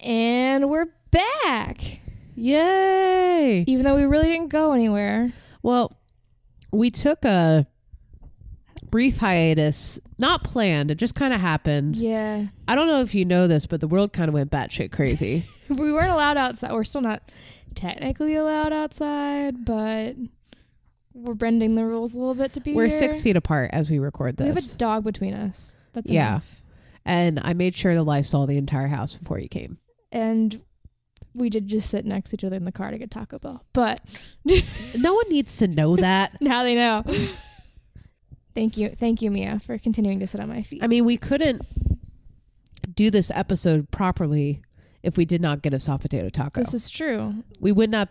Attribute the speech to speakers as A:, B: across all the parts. A: And we're back.
B: Yay!
A: Even though we really didn't go anywhere.
B: Well, we took a brief hiatus, not planned. It just kind of happened.
A: Yeah.
B: I don't know if you know this, but the world kind of went batshit crazy.
A: We weren't allowed outside. We're still not technically allowed outside, but we're bending the rules a little bit to be
B: We're
A: here.
B: six feet apart as we record
A: We have a
B: this.
A: dog between us. That's
B: Yeah.
A: enough.
B: and I made sure to Lysol the entire house before you came.
A: And we did just sit next to each other in the car to get Taco Bell. But
B: No one needs to know that.
A: now they know. Thank you. Thank you, Mia, for continuing to sit on my feet.
B: I mean, we couldn't do this episode properly if we did not get a soft potato taco.
A: This is true.
B: we would not.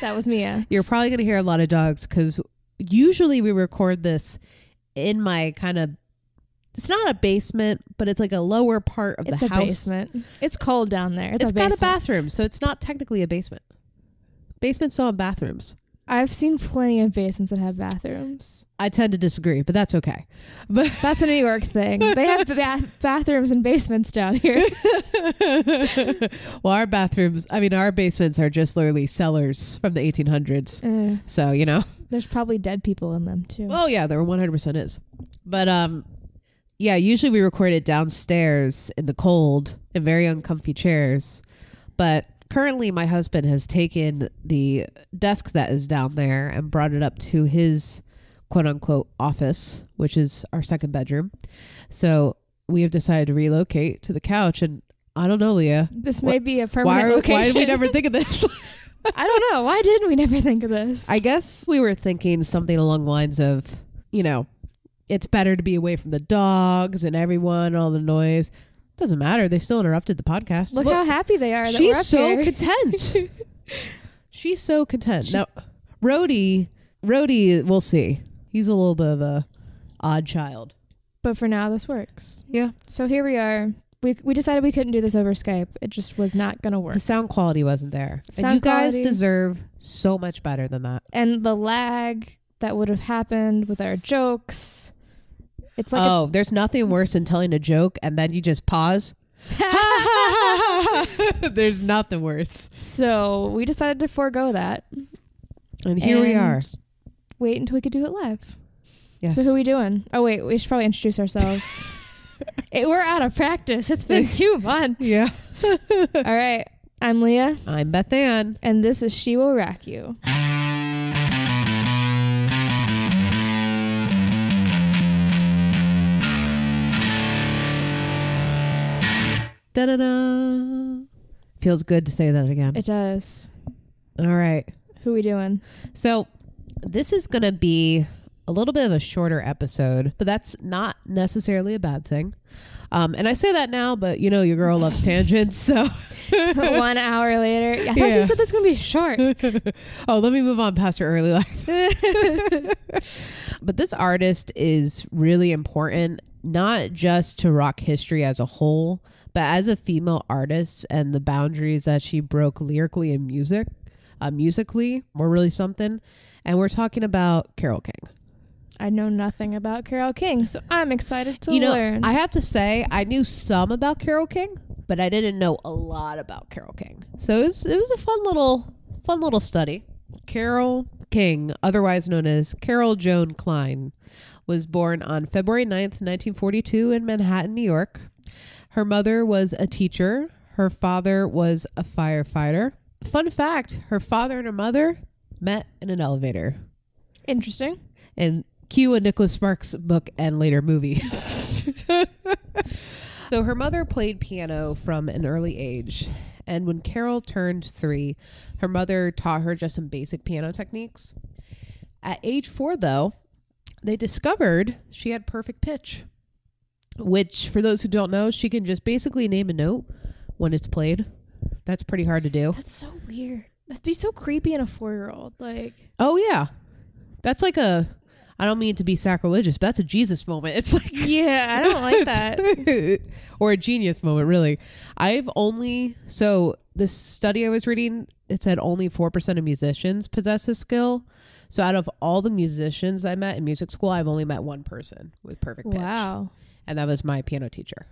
A: That was Mia.
B: You're probably going to hear a lot of dogs because usually we record this in my kind of. It's not a basement, but it's like a lower part of
A: It's
B: the
A: a
B: house.
A: basement. It's cold down there. It's,
B: it's
A: a
B: got
A: basement.
B: a bathroom, so it's not technically a basement. Basements don't have bathrooms.
A: I've seen plenty of basements that have bathrooms.
B: I tend to disagree, but that's okay. But
A: That's a New York thing. They have bath- bathrooms and basements down here.
B: well, our bathrooms, I mean, our basements are just literally cellars from the 1800s.
A: Uh,
B: So, you know.
A: there's probably dead people in them too.
B: Oh yeah, there 100% is. But um yeah, usually we record it downstairs in the cold in very uncomfy chairs. But currently my husband has taken the desk that is down there and brought it up to his quote unquote office, which is our second bedroom. So, we have decided to relocate to the couch and I don't know, Leah.
A: This
B: Wha-
A: may be a
B: Why,
A: permanent
B: are,
A: location.
B: why did we never think of this?
A: I don't know. Why didn't we never think of this?
B: I guess we were thinking something along the lines of, you know, it's better to be away from the dogs and everyone, all the noise. Doesn't matter. They still interrupted the podcast.
A: Look,
B: Look,
A: how happy they are that we're up
B: she's so
A: here.
B: content. she's so content.
A: She's-
B: now, Rhodey, Rhodey, we'll see. He's a little bit of a odd child.
A: but for now, this works.
B: Yeah.
A: So here we are. We, we decided we couldn't do this over Skype. It just was not going to work.
B: The sound quality wasn't there. and
A: Sound
B: you guys
A: quality-
B: deserve so much better than that.
A: And the lag that would have happened with our jokes. It's like
B: oh, there's nothing worse than telling a joke and then you just pause. Oh. there's nothing worse.
A: a, so we decided to forego that.
B: And here we are.
A: And Wait until we could do it live.
B: Yes.
A: So who we doing? Oh wait, we should probably introduce ourselves. Eh, we're out of practice. It's been two months.
B: yeah.
A: All right. I'm Leah,
B: I'm Beth Ann.
A: and this is She Will Rack You.
B: Da-da-da. Feels good to say that again.
A: It does.
B: All right.
A: Who we doing?
B: So this is going to be a little bit of a shorter episode, but that's not necessarily a bad thing. Um, and I say that now, but you know, your girl loves tangents. So,
A: One hour later. I thought
B: Yeah.
A: you said this was gonna be short.
B: oh, let me move on past her early life. But this artist is really important, not just to rock history as a whole, but as a female artist and the boundaries that she broke lyrically and music, uh, musically, were really something. And we're talking about Carol King.
A: I know nothing about Carol King, so I'm excited to
B: you know,
A: learn.
B: I have to say, I knew some about Carol King, but I didn't know a lot about Carol King. So it was, it was a fun little, fun little study. Carol King, otherwise known as Carol Joan Klein, was born on February 9th, 1942, in Manhattan, New York. Her mother was a teacher, her father was a firefighter. Fun fact her father and her mother met in an elevator.
A: Interesting.
B: And cue a Nicholas Sparks book and later movie. so her mother played piano from an early age. And when Carol turned three, her mother taught her just some basic piano techniques. At age four, though, they discovered she had perfect pitch, which, for those who don't know, she can just basically name a note when it's played. That's pretty hard to do.
A: That's so weird. That'd be so creepy in a four year old. Like
B: Oh, yeah. That's like a, I don't mean to be sacrilegious, but that's a Jesus moment. It's like,
A: Yeah, I don't like that.
B: or a genius moment, really. I've only so this study I was reading, it said only four percent of musicians possess this skill. So out of all the musicians I met in music school, I've only met one person with perfect pitch,
A: Wow.
B: and that was my piano teacher.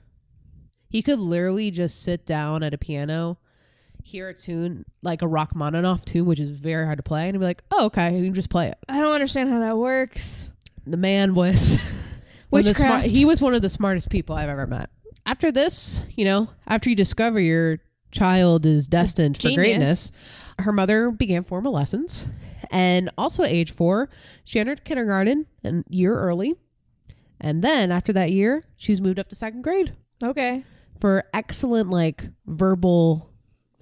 B: He could literally just sit down at a piano, hear a tune like a Rachmaninoff tune, which is very hard to play, and he'd be like, "Oh, okay," and he'd just play it.
A: I don't understand how that works.
B: The man was one of the smart-
A: Witchcraft.
B: he was one of the smartest people I've ever met. After this, you know, after you discover your child is destined for
A: Genius.
B: greatness, her mother began formal lessons. And also at age four, she entered kindergarten a year early. And then after that year, she's moved up to second grade
A: Okay.
B: for excellent, like, verbal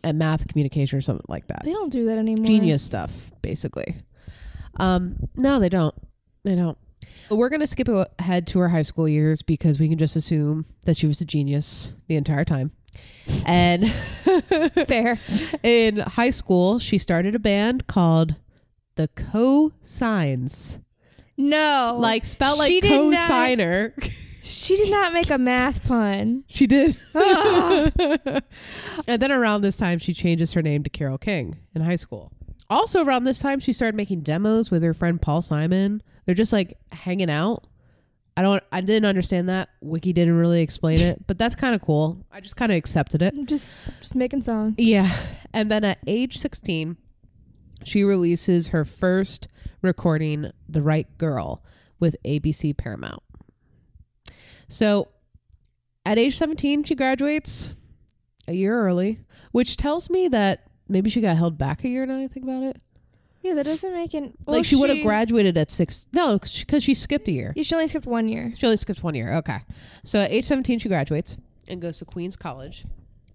B: and math communication or something like that
A: They don't do that anymore.
B: genius stuff basically um no they don't they don't we're going to skip ahead to her high school years because we can just assume that she was a genius the entire time and
A: Fair.
B: in high school she started a band called the co-signs
A: No.
B: like spelled like
A: Oh. She did not-
B: co-signer
A: she did not make a math pun.
B: she did
A: Ah.
B: and then around this time she changes her name to carol king in high school also around this time she started making demos with her friend paul simon they're just like hanging out i don't i didn't understand that wiki didn't really explain it but that's kind of cool i just kind of accepted it
A: just just making songs.
B: yeah and then at age 16 she releases her first recording the right girl with abc paramount so at age 17 she graduates a year early which tells me that maybe she got held back a year now that i think about it
A: Yeah, that doesn't make an. well,
B: like she, would have graduated at six no because she skipped a year
A: Yeah, she only skipped one year.
B: she only skipped one year okay so at age 17 she graduates and goes to queens college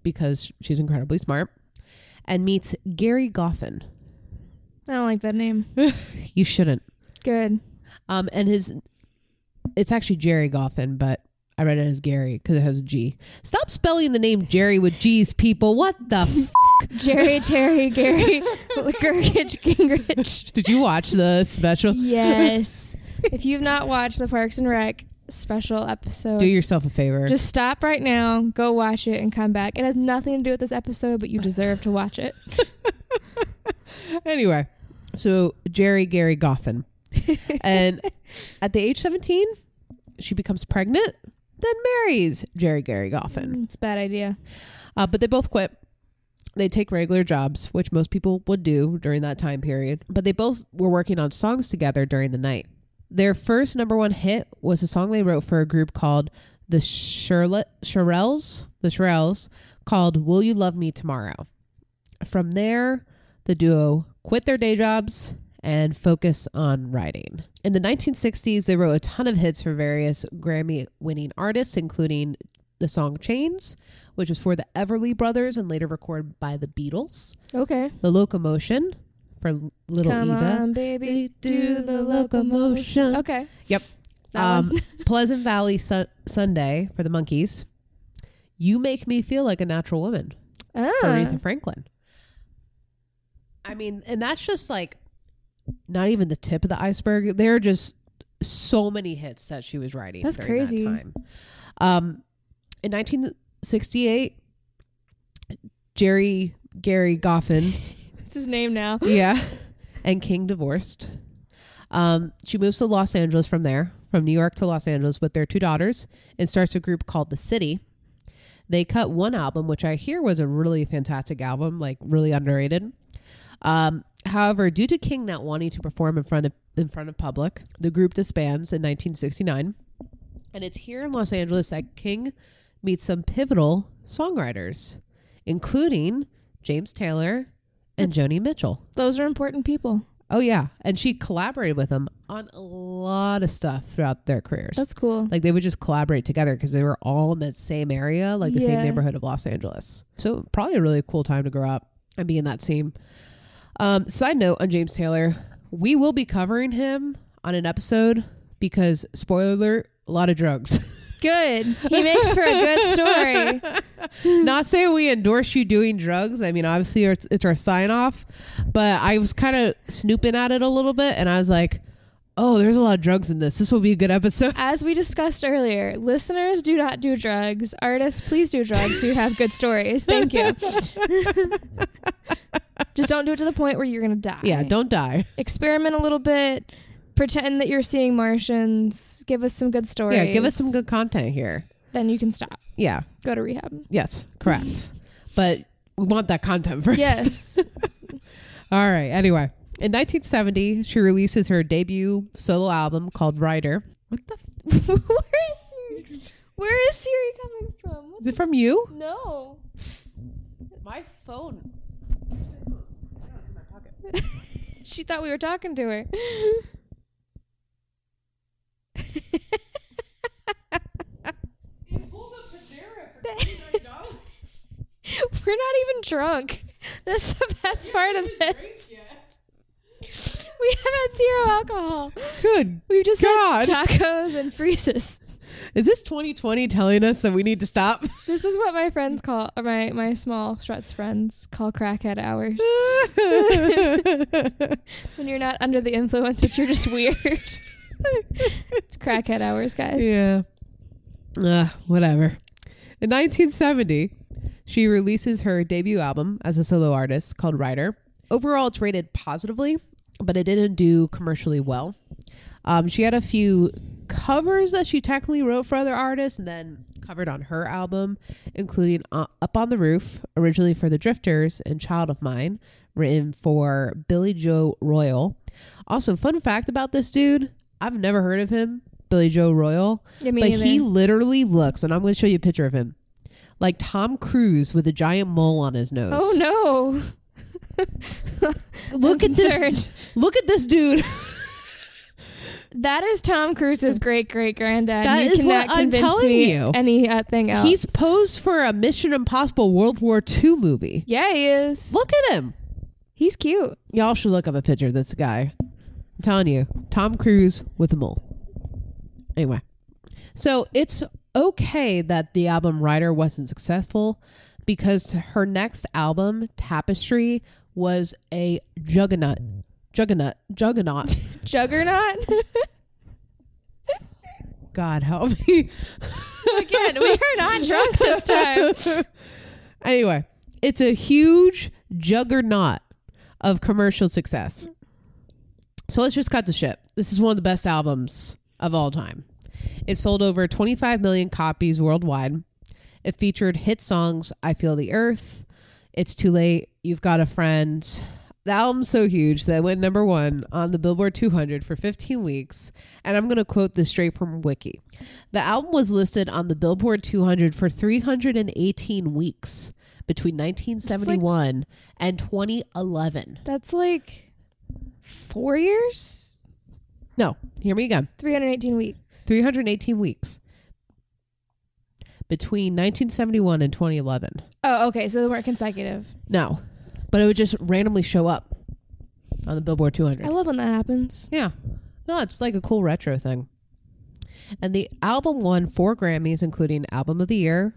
B: because she's incredibly smart and meets gary goffin
A: I don't like that name.
B: you shouldn't
A: Good.
B: um and his it's actually jerry goffin but i read it as gary because it has a g stop spelling the name jerry with g's people what the f-
A: Jerry, Terry, Gary, Gurgich, Gingrich.
B: did you watch the special
A: Yes. if you've not watched the Parks and Rec special episode,
B: do yourself a favor
A: just stop right now, go watch it, and come back. It has nothing to do with this episode, but you deserve to watch it.
B: anyway, so Jerry Gary Goffin. and at the age 17, she becomes pregnant, then marries Jerry Gary Goffin.
A: It's a bad idea.
B: Uh, but they both quit. They take regular jobs, which most people would do during that time period. But they both were working on songs together during the night. Their first number one hit was a song they wrote for a group called the Shirley Shirelles, the Shirelles, called "Will You Love Me Tomorrow." From there, the duo quit their day jobs and focus on writing. In the 1960s, they wrote a ton of hits for various Grammy-winning artists, including the song "Chains," which was for the Everly Brothers and later recorded by the Beatles.
A: Okay.
B: The Locomotion for L- Little
A: come
B: Eva.
A: on, baby, do the locomotion. Okay.
B: Yep.
A: That
B: Um,
A: one.
B: Pleasant Valley Sun- Sunday for the Monkees. You Make Me Feel Like a Natural Woman for
A: Ah,
B: Aretha Franklin. I mean, and that's just like not even the tip of the iceberg. There are just so many hits that she was writing
A: That's
B: during
A: crazy.
B: that time. Um, in 1968, Jerry Gary Goffin
A: it's his name now.
B: yeah. And King divorced. Um, she moves to Los Angeles from there, from New York to Los Angeles with their two daughters and starts a group called The City. They cut one album, which I hear was a really fantastic album, like really underrated. Um, however, due to King not wanting to perform in front of in front of public, the group disbands in 1969. And it's here in Los Angeles that King meets some pivotal songwriters, including James Taylor and Joni Mitchell.
A: Those are important people.
B: Oh yeah, and she collaborated with them on a lot of stuff throughout their careers.
A: That's cool.
B: like they would just collaborate together because they were all in that same area, like the same
A: Yeah.
B: neighborhood of Los Angeles. So probably a really cool time to grow up and be in that scene. Um, side note on James Taylor, we will be covering him on an episode because spoiler alert, a lot of drugs.
A: Good. He makes for a good story.
B: Not saying we endorse you doing drugs. I mean, obviously it's, it's our sign off, but I was kind of snooping at it a little bit and I was like, oh, there's a lot of drugs in this. This will be a good episode.
A: As we discussed earlier, listeners do not do drugs. Artists, please do drugs so you have good stories. Thank you. Just don't do it to the point where you're going to die.
B: Yeah, don't die.
A: Experiment a little bit. Pretend that you're seeing Martians. Give us some good stories.
B: Yeah, give us some good content here.
A: then you can stop.
B: Yeah.
A: Go to rehab.
B: Yes. Correct. but we want that content first.
A: Yes.
B: All right. Anyway, in 1970, she releases her debut solo album called Rider. What the?
A: where is Siri? Where is Siri coming from? What
B: Is it from you?
A: the- no.
B: My phone.
A: She thought we were talking to her. We're not even drunk. That's the best part of this. We have had zero alcohol.
B: Good.
A: We've just
B: God.
A: had tacos and freezes.
B: Is this 2020 telling us that we need to stop?
A: This is what my friends call, or my my small struts friends call crackhead hours. When you're not under the influence, but you're just weird. it's crackhead hours, guys.
B: yeah. Uh, whatever. In 1970, she releases her debut album as a solo artist called Rider. Overall, it's rated positively, but it didn't do commercially well. Um, she had a few covers that she technically wrote for other artists and then covered on her album, including uh, Up on the Roof, originally for the Drifters, and Child of Mine, written for Billy Joe Royal. Also, fun fact about this dude I've never heard of him, Billy Joe Royal,
A: Yeah, me
B: but
A: neither.
B: he literally looks, and I'm going to show you a picture of him, like Tom Cruise with a giant mole on his nose.
A: Oh no.
B: Look
A: I'm
B: at this!
A: concerned.
B: Look at this dude.
A: That is Tom Cruise's great great granddad.
B: That
A: you
B: is
A: cannot
B: what I'm
A: convince
B: telling
A: me
B: you.
A: Anything else?
B: He's posed for a Mission Impossible World War II movie.
A: yeah, he is.
B: Look at him.
A: He's cute.
B: Y'all should look up a picture of this guy. I'm telling you, Tom Cruise with a mole. Anyway, so it's okay that the album Rider wasn't successful because her next album, Tapestry, was a juggernaut. Juggernaut. Juggernaut.
A: Juggernaut.
B: God help me.
A: Again, we are not drunk this time.
B: Anyway, it's a huge juggernaut of commercial success. So let's just cut the shit. This is one of the best albums of all time. It sold over 25 million copies worldwide. It featured hit songs I Feel the Earth, It's Too Late, You've Got a Friend. The album's so huge that it went number one on the Billboard 200 for 15 weeks. And I'm going to quote this straight from Wiki. The album was listed on the Billboard 200 for 318 weeks between 1971 and 2011.
A: That's like four years?
B: No, hear me again.
A: 318 weeks.
B: 318 weeks between 1971 and 2011.
A: Oh, okay. So they weren't consecutive.
B: No, but it would just randomly show up on the Billboard 200.
A: I love when that happens.
B: yeah. No, it's like a cool retro thing. And the album won four Grammys, including Album of the Year.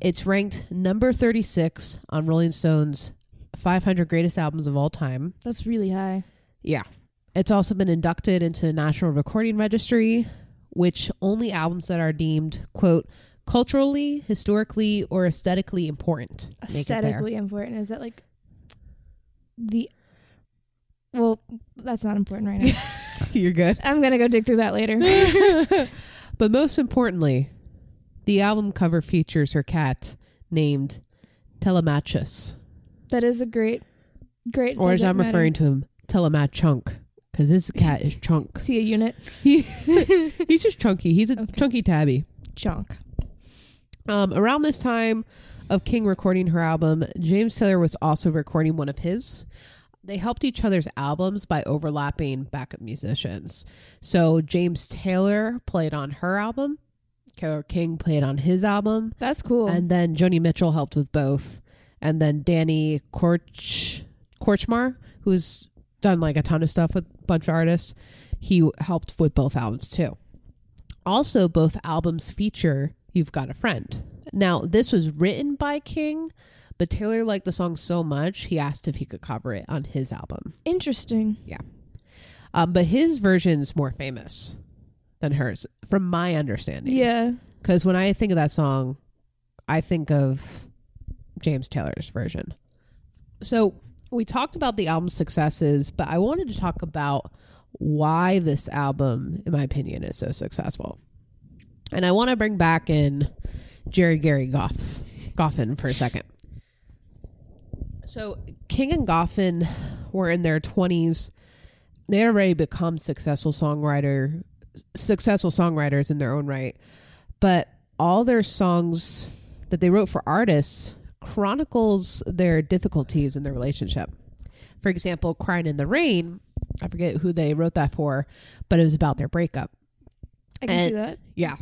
B: It's ranked number 36 on Rolling Stone's 500 Greatest Albums of All Time.
A: That's really high.
B: Yeah. It's also been inducted into the National Recording Registry, which only albums that are deemed, quote, culturally, historically, or aesthetically important. make it there.
A: Aesthetically important. Is that like the. Well, that's not important right now.
B: You're good.
A: I'm going to go dig through that later.
B: But most importantly, the album cover features her cat named Telemachus,
A: That is a great, great.
B: or as
A: subject
B: I'm
A: matter.
B: referring to him, Telemachunk, because this cat is chunk.
A: See a unit
B: He, he's just chunky. He's a chunky tabby.
A: chunk.
B: Um, around this time of King recording her album, James Taylor was also recording one of his. They helped each other's albums by overlapping backup musicians. So James Taylor played on her album, Taylor King played on his album,
A: That's cool.
B: and then Joni Mitchell helped with both. And then Danny Korch, Korchmar, who's done like a ton of stuff with a bunch of artists, he helped with both albums too. Also, both albums feature You've Got a Friend. Now, this was written by King, but Taylor liked the song so much, he asked if he could cover it on his album.
A: Interesting.
B: Um, but his version's more famous than hers, from my understanding.
A: Yeah.
B: Because when I think of that song, I think of James Taylor's version. So we talked about the album's successes, but I wanted to talk about why this album, in my opinion, is so successful. And I want to bring back in Jerry Gary Goff, Goffin for a second. So King and Goffin were in their 20s. They had already become successful songwriter, successful songwriters in their own right. But all their songs that they wrote for artists chronicles their difficulties in their relationship. For example, Crying in the Rain, I forget who they wrote that for, but it was about their breakup.
A: I can
B: And-
A: see that.
B: Yeah.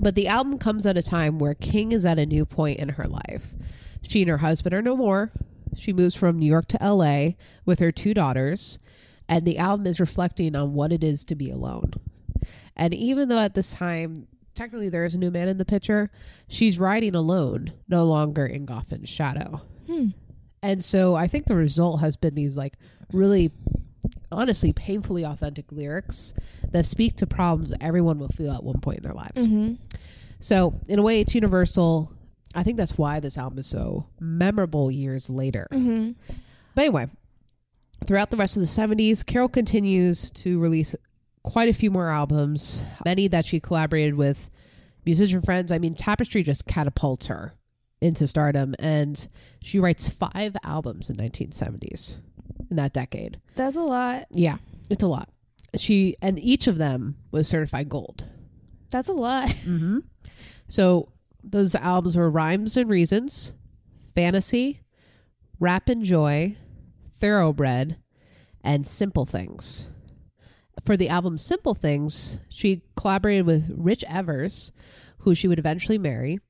B: But the album comes at a time where King is at a new point in her life. She and her husband are no more. She moves from New York to LA with her two daughters, and the album is reflecting on what it is to be alone. And even though at this time, technically there is a new man in the picture, she's riding alone, no longer in Goffin's shadow. And so I think the result has been these like really honestly painfully authentic lyrics that speak to problems everyone will feel at one point in their lives.
A: Mm-hmm.
B: So in a way it's universal. I think that's why this album is so memorable years later.
A: Mm-hmm.
B: But anyway, throughout the rest of the 70s, Carol continues to release quite a few more albums, many that she collaborated with musician friends. I mean, Tapestry just catapults her into stardom, and she writes five albums in 1970s in that decade.
A: That's a lot.
B: Yeah, it's a lot. She and each of them was certified gold.
A: That's a lot.
B: Mm-hmm. So those albums were Rhymes and Reasons, Fantasy, Rap and Joy, Thoroughbred, and Simple Things. For the album Simple Things, she collaborated with Rich Evers, who she would eventually marry.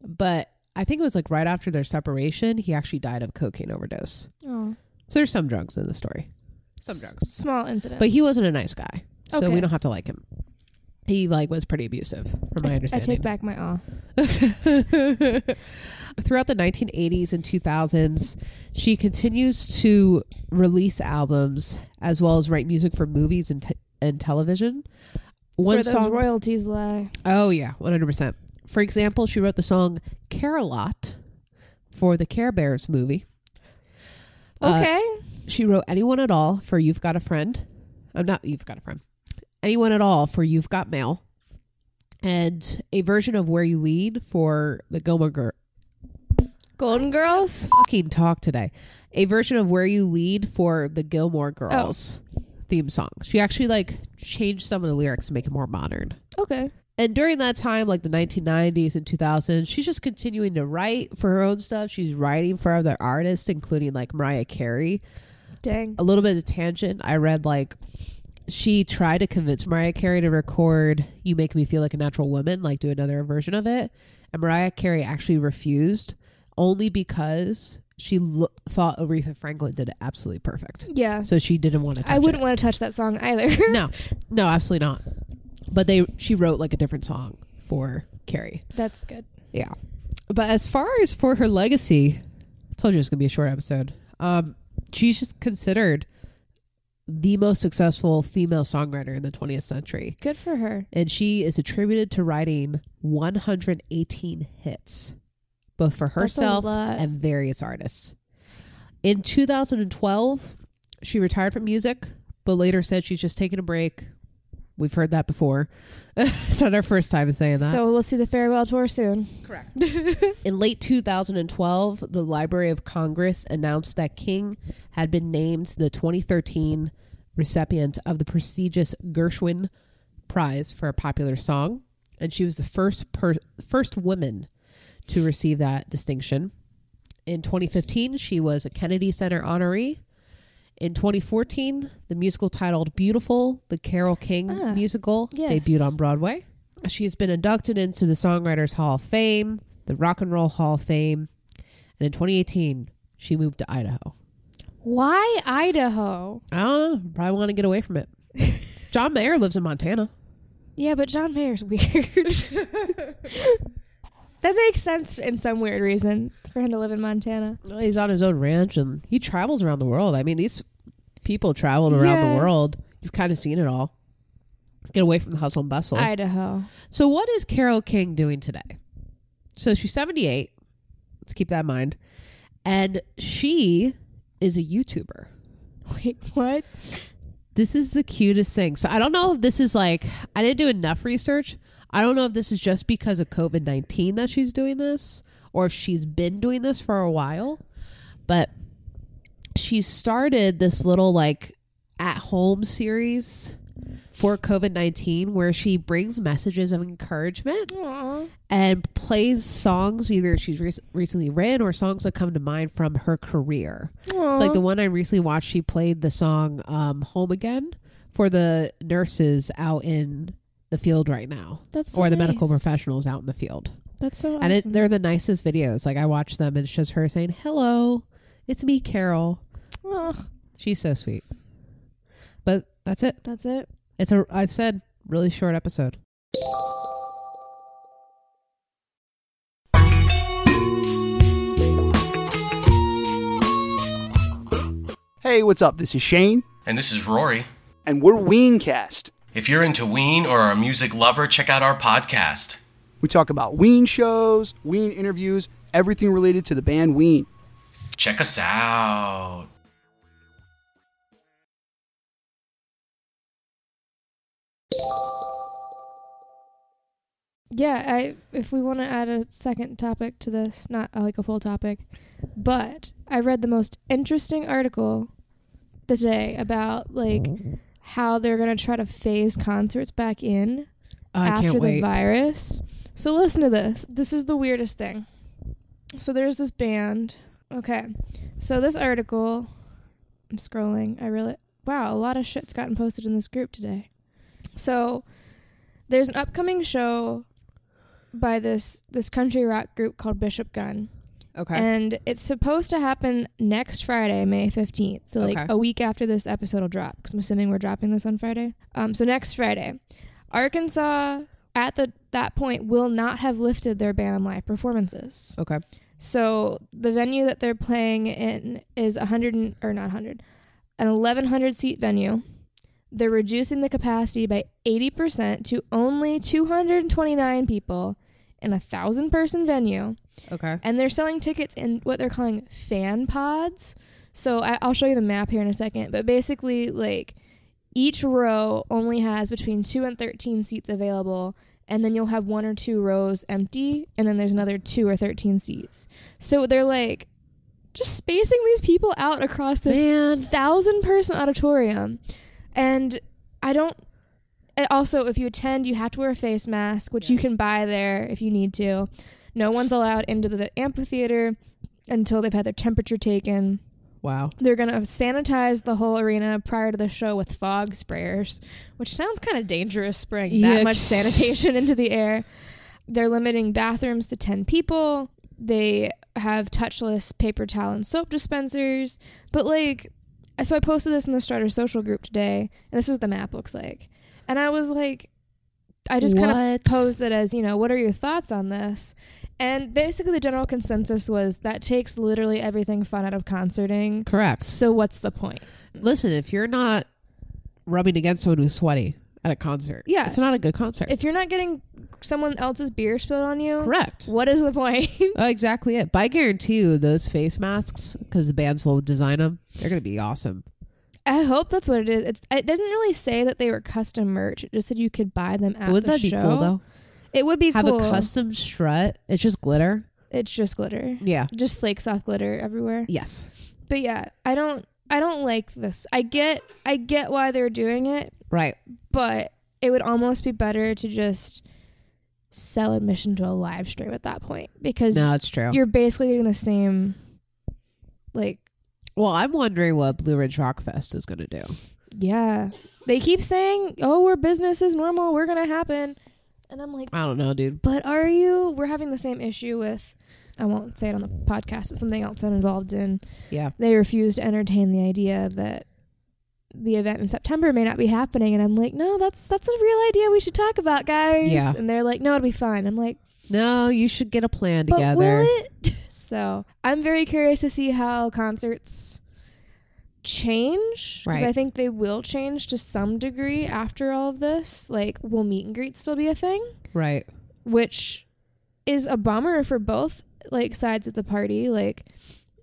B: But I think it was like right after their separation, he actually died of cocaine overdose.
A: Oh,
B: So there's some drugs in the story. Some drugs.
A: S- small incident.
B: But he wasn't a nice guy. So
A: Okay.
B: we don't have to like him. He like was pretty abusive, from my
A: I
B: understanding.
A: take back my ah. awe.
B: Throughout the 1980s and 2000s, she continues to release albums as well as write music for movies and, te- and television.
A: Where those royalties lie.
B: Oh yeah, one hundred percent. For example, she wrote the song "Carolot" for the Care Bears movie. Uh,
A: Okay.
B: she wrote "Anyone at All" for "You've Got a Friend." Oh, not "You've Got a Friend." "Anyone at All" for "You've Got Mail," and a version of "Where You Lead" for the Gilmore Girl.
A: Golden Girls.
B: Fucking talk today. A version of "Where You Lead" for the Gilmore Girls theme song. She actually like changed some of the lyrics to make it more modern.
A: Okay.
B: And during that time, like the 1990s and 2000s, she's just continuing to write for her own stuff. She's writing for other artists, including like Mariah Carey.
A: Dang.
B: A little bit of tangent. I read like she tried to convince Mariah Carey to record You Make Me Feel Like a Natural Woman, like do another version of it. And Mariah Carey actually refused only because she lo- thought Aretha Franklin did it absolutely perfect.
A: Yeah.
B: So she didn't want to touch
A: I
B: it
A: wouldn't want to touch that song either.
B: no, no, absolutely not. But they she wrote like a different song for Carrie.
A: That's good.
B: Yeah. But as far as for her legacy, I told you it was gonna be a short episode. Um, she's just considered the most successful female songwriter in the 20th century,
A: Good for her.
B: and she is attributed to writing 118 hits, both for
A: a
B: herself
A: lot.
B: and various artists. In 2012, she retired from music, but later said she's just taking a break. We've heard that before. it's not our first time saying that.
A: So we'll see the farewell tour soon.
B: Correct. In late 2012, the Library of Congress announced that King had been named the 2013 recipient of the prestigious Gershwin Prize for a popular song, and she was the first per- first woman to receive that distinction. In 2015, she was a Kennedy Center honoree. In 2014, the musical titled Beautiful, the Carol King
A: Ah,
B: musical,
A: yes.
B: debuted on Broadway. She's been inducted into the Songwriters Hall of Fame, the Rock and Roll Hall of Fame, and in 2018, she moved to Idaho.
A: Why Idaho?
B: I don't know. Probably want to get away from it. John Mayer lives in Montana.
A: Yeah, but John Mayer's weird. that makes sense in some weird reason for him to live in Montana.
B: He's on his own ranch and he travels around the world. I mean, these people traveled around
A: Yeah.
B: the world. You've kind of seen it all. Get away from the hustle and bustle.
A: Idaho.
B: So, what is Carol King doing today? So, she's 78. Let's keep that in mind. And she is a YouTuber.
A: Wait, what?
B: This is the cutest thing. So, I don't know if this is like, I didn't do enough research. I don't know if this is just because of COVID 19 that she's doing this or if she's been doing this for a while, but she started this little like at home series for COVID 19 where she brings messages of encouragement
A: Aww.
B: and plays songs either she's rec recently written or songs that come to mind from her career. So like the one I recently watched, she played the song um, "Home Again" for the nurses out in the field right now,
A: That's so
B: or the medical
A: nice.
B: professionals out in the field.
A: That's so awesome.
B: And it, they're the nicest videos. Like I watch them, and it's just her saying, "Hello, it's me, Carol."
A: Aw,
B: She's so sweet. But that's it.
A: that's it.
B: It's a I said really short episode.
C: Hey, what's up? This is Shane,
D: And this is Rory.
C: and we're Weencast.
D: If you're into Ween or are a music lover, check out our podcast.
C: We talk about Ween shows, Ween interviews, everything related to the band Ween.
D: Check us out.
A: Yeah, I if we want to add a second topic to this, not uh, like a full topic, but I read the most interesting article today about like
B: Mm-hmm.
A: how they're gonna try to phase concerts back in
B: I
A: after
B: can't
A: the
B: wait.
A: virus. So listen to this. This is the weirdest thing. So there's this band. Okay. So this article I'm scrolling. I really wow, a lot of shit's gotten posted in this group today. So there's an upcoming show by this this country rock group called Bishop Gun.
B: okay.
A: And it's supposed to happen next Friday, May 15th. So, like
B: Okay.
A: a week after this episode will drop, because I'm assuming we're dropping this on Friday. Um, so, next Friday, Arkansas at the that point will not have lifted their ban on live performances.
B: okay.
A: So the venue that they're playing in is 100 and- or not 100, an 1100 seat venue. They're reducing the capacity by 80% to only 229 people in a 1000 person venue
B: Okay.
A: and they're selling tickets in what they're calling fan pods. So I, I'll show you the map here in a second, but basically, like each row only has between two and thirteen seats available, and then you'll have one or two rows empty, and then there's another two or thirteen seats. So they're like just spacing these people out across this
B: Man.
A: thousand person auditorium and i don't and also if you attend you have to wear a face mask which you can buy there if you need to no one's allowed into the amphitheater until they've had their temperature taken
B: Wow.
A: they're going to sanitize the whole arena prior to the show with fog sprayers which sounds kind of dangerous spraying that much
B: Yikes.
A: sanitation into the air they're limiting bathrooms to 10 people they have touchless paper towel and soap dispensers but like so i posted this in the starter social group today and this is what the map looks like and i was like i just kind of
B: What?
A: posed it as you know what are your thoughts on this and basically the general consensus was that takes literally everything fun out of concerting
B: Correct.
A: so what's the point
B: Listen, if you're not rubbing against someone who's sweaty at a concert,
A: Yeah.
B: it's not a good concert.
A: if you're not getting someone else's beer spilled on you
B: Correct.
A: what is the point
B: Uh, exactly it. But I guarantee you, those face masks, because the bands will design them, they're going to be awesome.
A: I hope that's what it is. It's, it doesn't really say that they were custom merch. It just said you could buy them at
B: Wouldn't
A: the
B: that
A: show.
B: be cool though?
A: It would be
B: Have
A: cool.
B: a custom strut. It's just glitter.
A: it's just glitter.
B: Yeah.
A: Just flakes off glitter everywhere.
B: Yes.
A: But yeah, I don't I don't like this. I get I get why they're doing it,
B: Right.
A: but it would almost be better to just sell admission to a live stream at that point because
B: No, it's true.
A: you're basically getting the same like
B: Well, I'm wondering what Blue Ridge Rock Fest is going to do.
A: yeah. They keep saying, "Oh, we're business is normal. We're going to happen." And I'm like
B: I don't know, dude.
A: But are you? We're having the same issue with. I won't say it on the podcast, but something else I'm involved in.
B: Yeah.
A: They refuse to entertain the idea that the event in September may not be happening, and I'm like, no, that's that's a real idea we should talk about, guys.
B: Yeah.
A: And they're like, no, it'll be fine. I'm like,
B: No, you should get a plan
A: but
B: together.
A: will it? so I'm very curious to see how concerts change because
B: Right.
A: I think they will change to some degree after all of this. Like, will meet and greets still be a thing?
B: Right.
A: which is a bummer for both like sides of the party. Like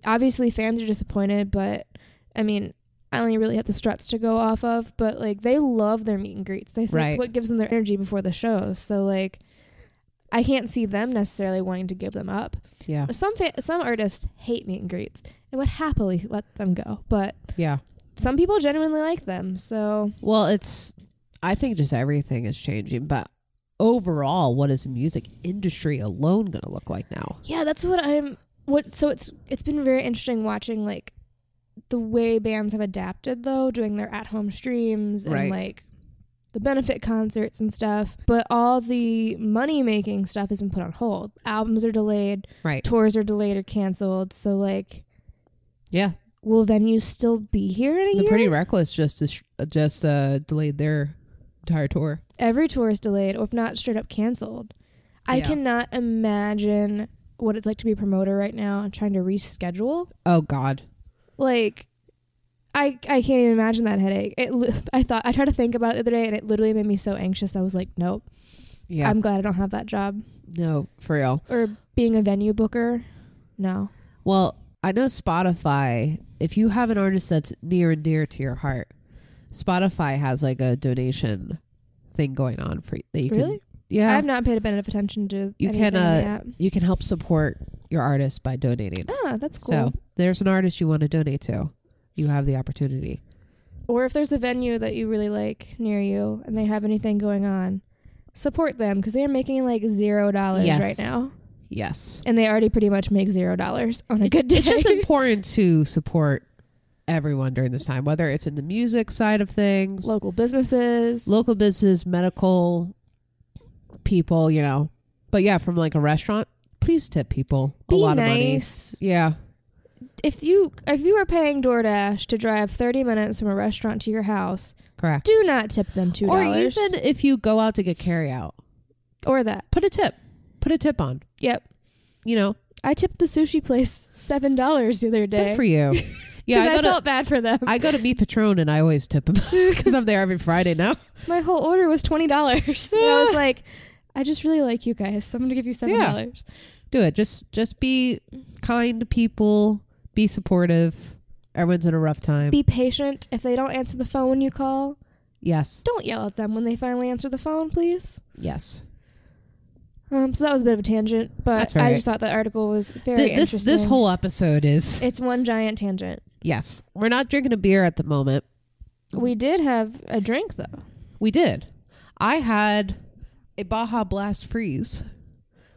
A: obviously fans are disappointed, but I mean, I only really have the struts to go off of, but like they love their meet and greets. They say
B: Right.
A: it's what gives them their energy before the shows. So like I can't see them necessarily wanting to give them up.
B: Yeah.
A: Some fa- some artists hate meet and greets and would happily let them go, but
B: Yeah.
A: some people genuinely like them. So
B: Well, it's I think just everything is changing, but overall, what is the music industry alone going to look like now?
A: yeah, that's what I'm. What so it's it's been very interesting watching like the way bands have adapted though, doing their at home streams
B: Right.
A: and like the benefit concerts and stuff. But all the money making stuff has been put on hold. Albums are delayed,
B: Right.
A: tours are delayed or canceled. So like,
B: Yeah.
A: will venues still be here in a
B: The
A: year?
B: Pretty Reckless just is, just uh, delayed their entire tour.
A: every tour is delayed or if not straight up canceled. I
B: Yeah.
A: cannot imagine what it's like to be a promoter right now and trying to reschedule.
B: Oh God.
A: Like I I can't even imagine that headache. It li- I thought I tried to think about it the other day and it literally made me so anxious. I was like, nope.
B: Yeah.
A: I'm glad I don't have that job
B: no, for real.
A: or being a venue booker. No.
B: Well, I know Spotify, if you have an artist that's near and dear to your heart, Spotify has like a donation thing going on for that you
A: Really?
B: can Yeah.
A: I've not paid a bit of attention to
B: you
A: anything
B: can uh,
A: yet.
B: you can help support your artist by donating.
A: Ah, that's cool.
B: So, there's an artist you want to donate to. You have the opportunity.
A: or if there's a venue that you really like near you and they have anything going on, support them because they are making like zero dollars
B: Yes.
A: right now,
B: Yes.
A: and they already pretty much make zero dollars on a good day.
B: It's just important to support everyone during this time, whether it's in the music side of things,
A: local businesses.
B: local business, medical people, you know. But yeah, from like a restaurant, please tip people
A: be
B: a lot of
A: nice.
B: money. Yeah.
A: If you if you are paying DoorDash to drive thirty minutes from a restaurant to your house,
B: Correct.
A: do not tip them two
B: or
A: dollars
B: even if you go out to get carry out,
A: or that.
B: put a tip. Put a tip on.
A: Yep,
B: You know,
A: I tipped the sushi place seven dollars the other day.
B: good for you.
A: 'Cause
B: Yeah, I
A: I,
B: go to
A: felt bad for them.
B: I go to meet Patron and I always tip him because I'm there every Friday now.
A: My whole order was twenty dollars. and I was like, I just really like you guys. So I'm gonna give you seven dollars.
B: Do it. Just just be kind to people. Be supportive. Everyone's in a rough time.
A: Be patient. If they don't answer the phone when you call,
B: yes.
A: don't yell at them when they finally answer the phone, please.
B: Yes.
A: Um, so that was a bit of a tangent, but
B: That's all
A: I
B: right.
A: just thought that article was very
B: Th- this
A: interesting.
B: this whole episode is
A: it's one giant tangent.
B: Yes. We're not drinking a beer at the moment.
A: We did have a drink though.
B: We did. I had a Baja Blast Freeze,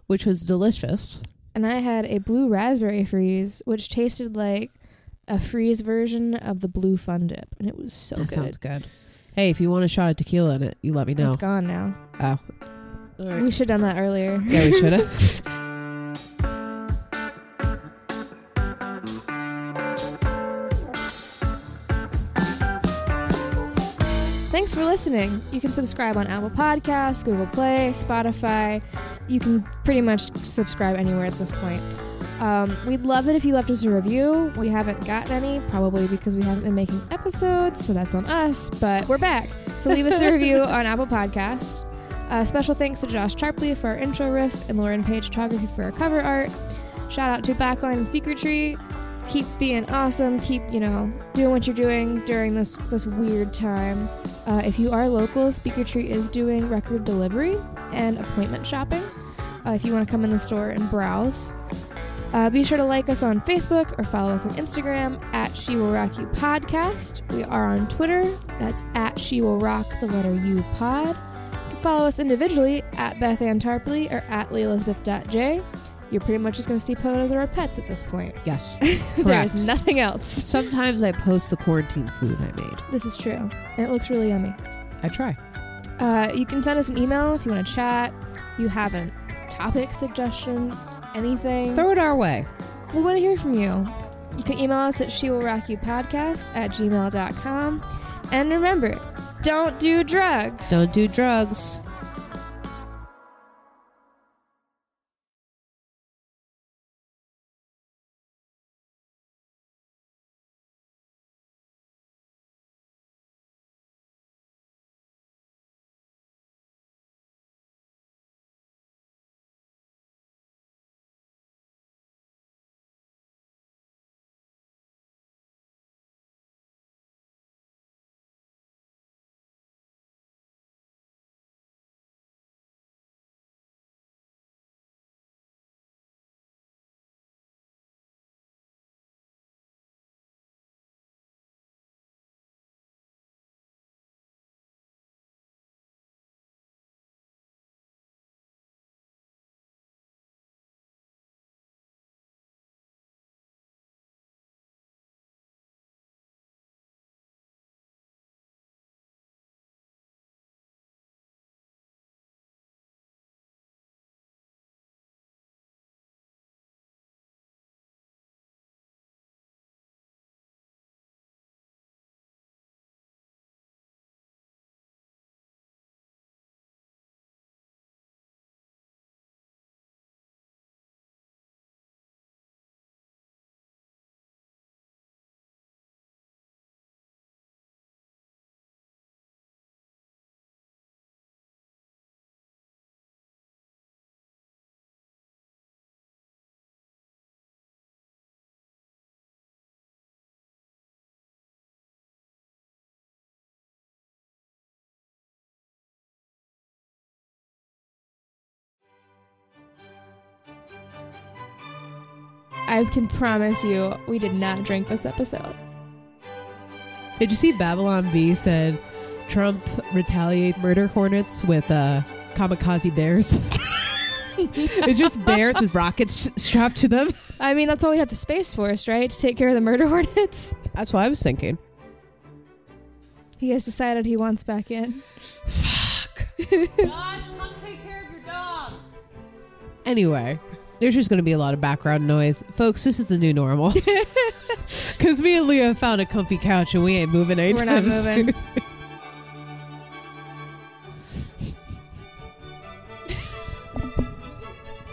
B: which was delicious.
A: And I had a blue raspberry freeze, which tasted like a freeze version of the blue fun dip, and it was so
B: that
A: good.
B: sounds good. Hey, if you want a shot of tequila in it, you let me know.
A: It's gone now.
B: Oh.
A: We
B: All right.
A: should have done that earlier.
B: Yeah, we should have.
A: Thanks for listening. You can subscribe on Apple Podcasts, Google Play, Spotify. You can pretty much subscribe anywhere at this point. Um, we'd love it if you left us a review. We haven't gotten any, probably because we haven't been making episodes, so that's on us, but we're back. So leave us a review on Apple Podcasts. Uh, special thanks to Josh Tarpley for our intro riff and Lauren Page Photography for our cover art. Shout out to Backline and Speaker Tree. Keep being awesome. Keep, you know, doing what you're doing during this, this weird time. Uh, if you are local, Speaker Tree is doing record delivery and appointment shopping. Uh, if you want to come in the store and browse, uh, be sure to like us on Facebook or follow us on Instagram at She Will Rock You Podcast. We are on Twitter. That's at She Will Rock the letter U Pod. You can follow us individually at Beth Ann Tarpley or at Leelizabeth.j. You're pretty much just going to see photos of our pets at this point.
B: yes.
A: There's
B: Correct.
A: nothing else.
B: Sometimes I post the quarantine food I made.
A: This is true. And it looks really yummy.
B: I try.
A: Uh, you can send us an email if you want to chat. You have a topic suggestion, anything.
B: Throw it our way.
A: We want to hear from you. You can email us at she will rock you podcast at gmail.com. And remember, don't do drugs.
B: Don't do drugs.
A: I can promise you, we did not drink this episode.
B: Did you see Babylon B said Trump retaliate murder hornets with uh, kamikaze bears? it's just bears with rockets sh- strapped to them.
A: I mean, that's all we have the Space Force, right? To take care of the murder hornets.
B: That's what I was thinking.
A: He has decided he wants back in.
B: Anyway, there's just going to be a lot of background noise. Folks, this is the new normal. Because me and Leo found a comfy couch and we ain't moving
A: We're not
B: anytime
A: moving.
B: soon.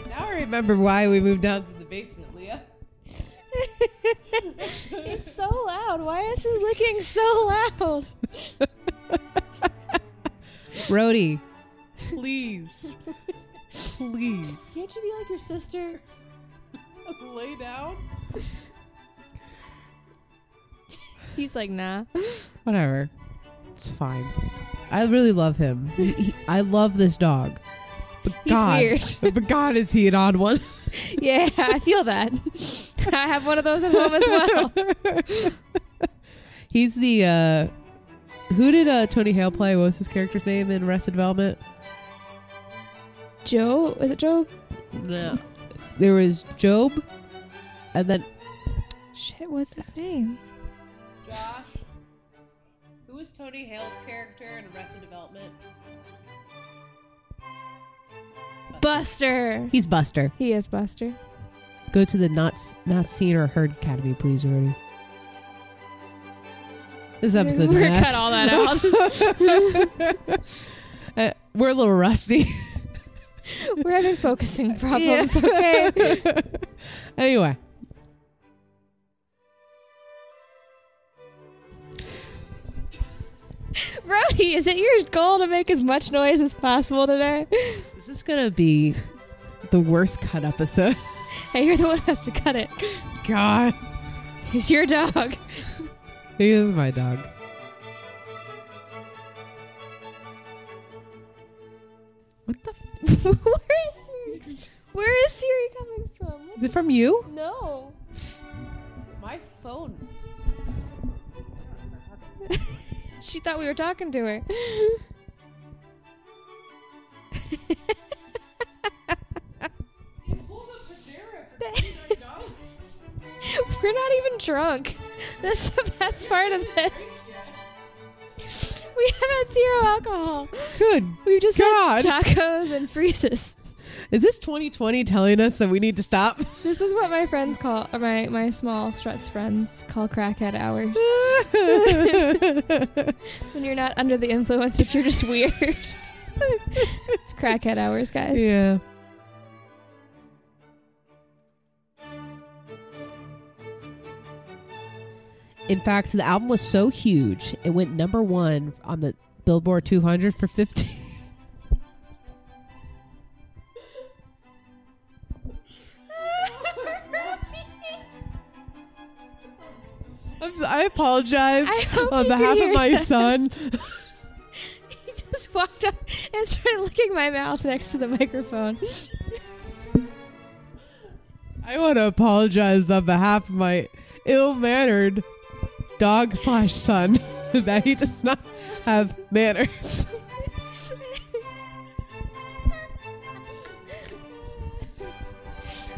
B: Now I remember why we moved down to the basement, Leah.
A: it's so loud. Why is it looking so loud?
B: Rody, please. Please.
A: Can't you be like your sister?
B: Lay down.
A: He's like, nah.
B: Whatever. It's fine. I really love him. He- he- I love this dog. But
A: He's
B: God,
A: weird.
B: but God, is he an odd one?
A: Yeah, I feel that. I have one of those at home as well.
B: He's the uh who did uh Tony Hale play? What was his character's name in Arrested Development?
A: Joe, is it Joe?
B: No. There was Job and then
A: Shit, what's his name?
B: Josh. Who was Tony Hale's character in Arrested Development?
A: Buster.
B: He's Buster.
A: He is Buster.
B: Go to the not not seen or heard academy, please, Rudy. This episode's a
A: We're
B: mess.
A: cut all that out.
B: Uh, we're a little rusty.
A: We're having focusing problems. Okay.
B: anyway.
A: Brody, is it your goal to make as much noise as possible today?
B: This is gonna be the worst cut episode.
A: Hey, you're the one who has to cut it.
B: God,
A: He's your dog.
B: he is my dog. What the? F-
A: Where is Siri? Where is Siri coming from?
B: is it from you?
A: No.
B: My phone.
A: She thought we were talking to her. We're not even drunk. That's the best part of this. We have had zero alcohol.
B: Good.
A: We've just
B: God.
A: had tacos and freezes.
B: Is this 2020 telling us that we need to stop?
A: This is what my friends call, or my, my small stress friends call crackhead hours. When you're not under the influence, but you're just weird. it's crackhead hours, guys.
B: yeah. In fact, the album was so huge, it went number one on the Billboard 200 for 15. I'm so, I apologize
A: I hope
B: on
A: you can
B: behalf of
A: hear
B: my
A: that.
B: son.
A: He just walked up and started licking my mouth next to the microphone.
B: I want to apologize on behalf of my ill-mannered dog slash son that he does not have manners.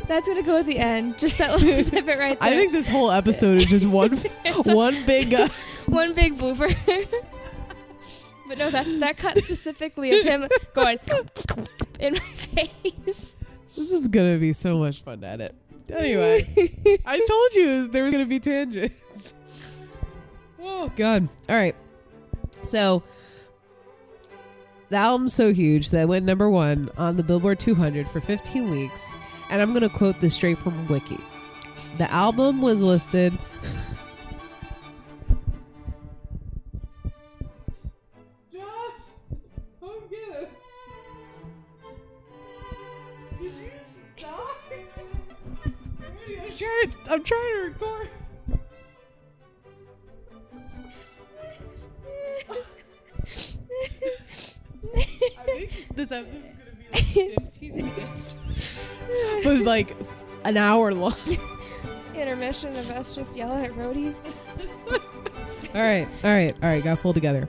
A: That's gonna go at the end. Just that little snippet right there.
B: I think this whole episode is just one one big. Uh,
A: one big blooper. but no, that's that cut specifically of him going in my face.
B: this is gonna be so much fun to edit. Anyway, I told you it was- there was gonna be tangents. Oh God! All right, so. The album's so huge that it went number one on the Billboard 200 for 15 weeks, and I'm going to quote this straight from Wiki. The album was listed. Josh, come get him. Did you stop? I'm trying, I'm trying to record. I think this episode's gonna be like 15 minutes. But like an hour long.
A: Intermission of us just yelling at Rhodey.
B: all right, all right, all right. Got pulled together.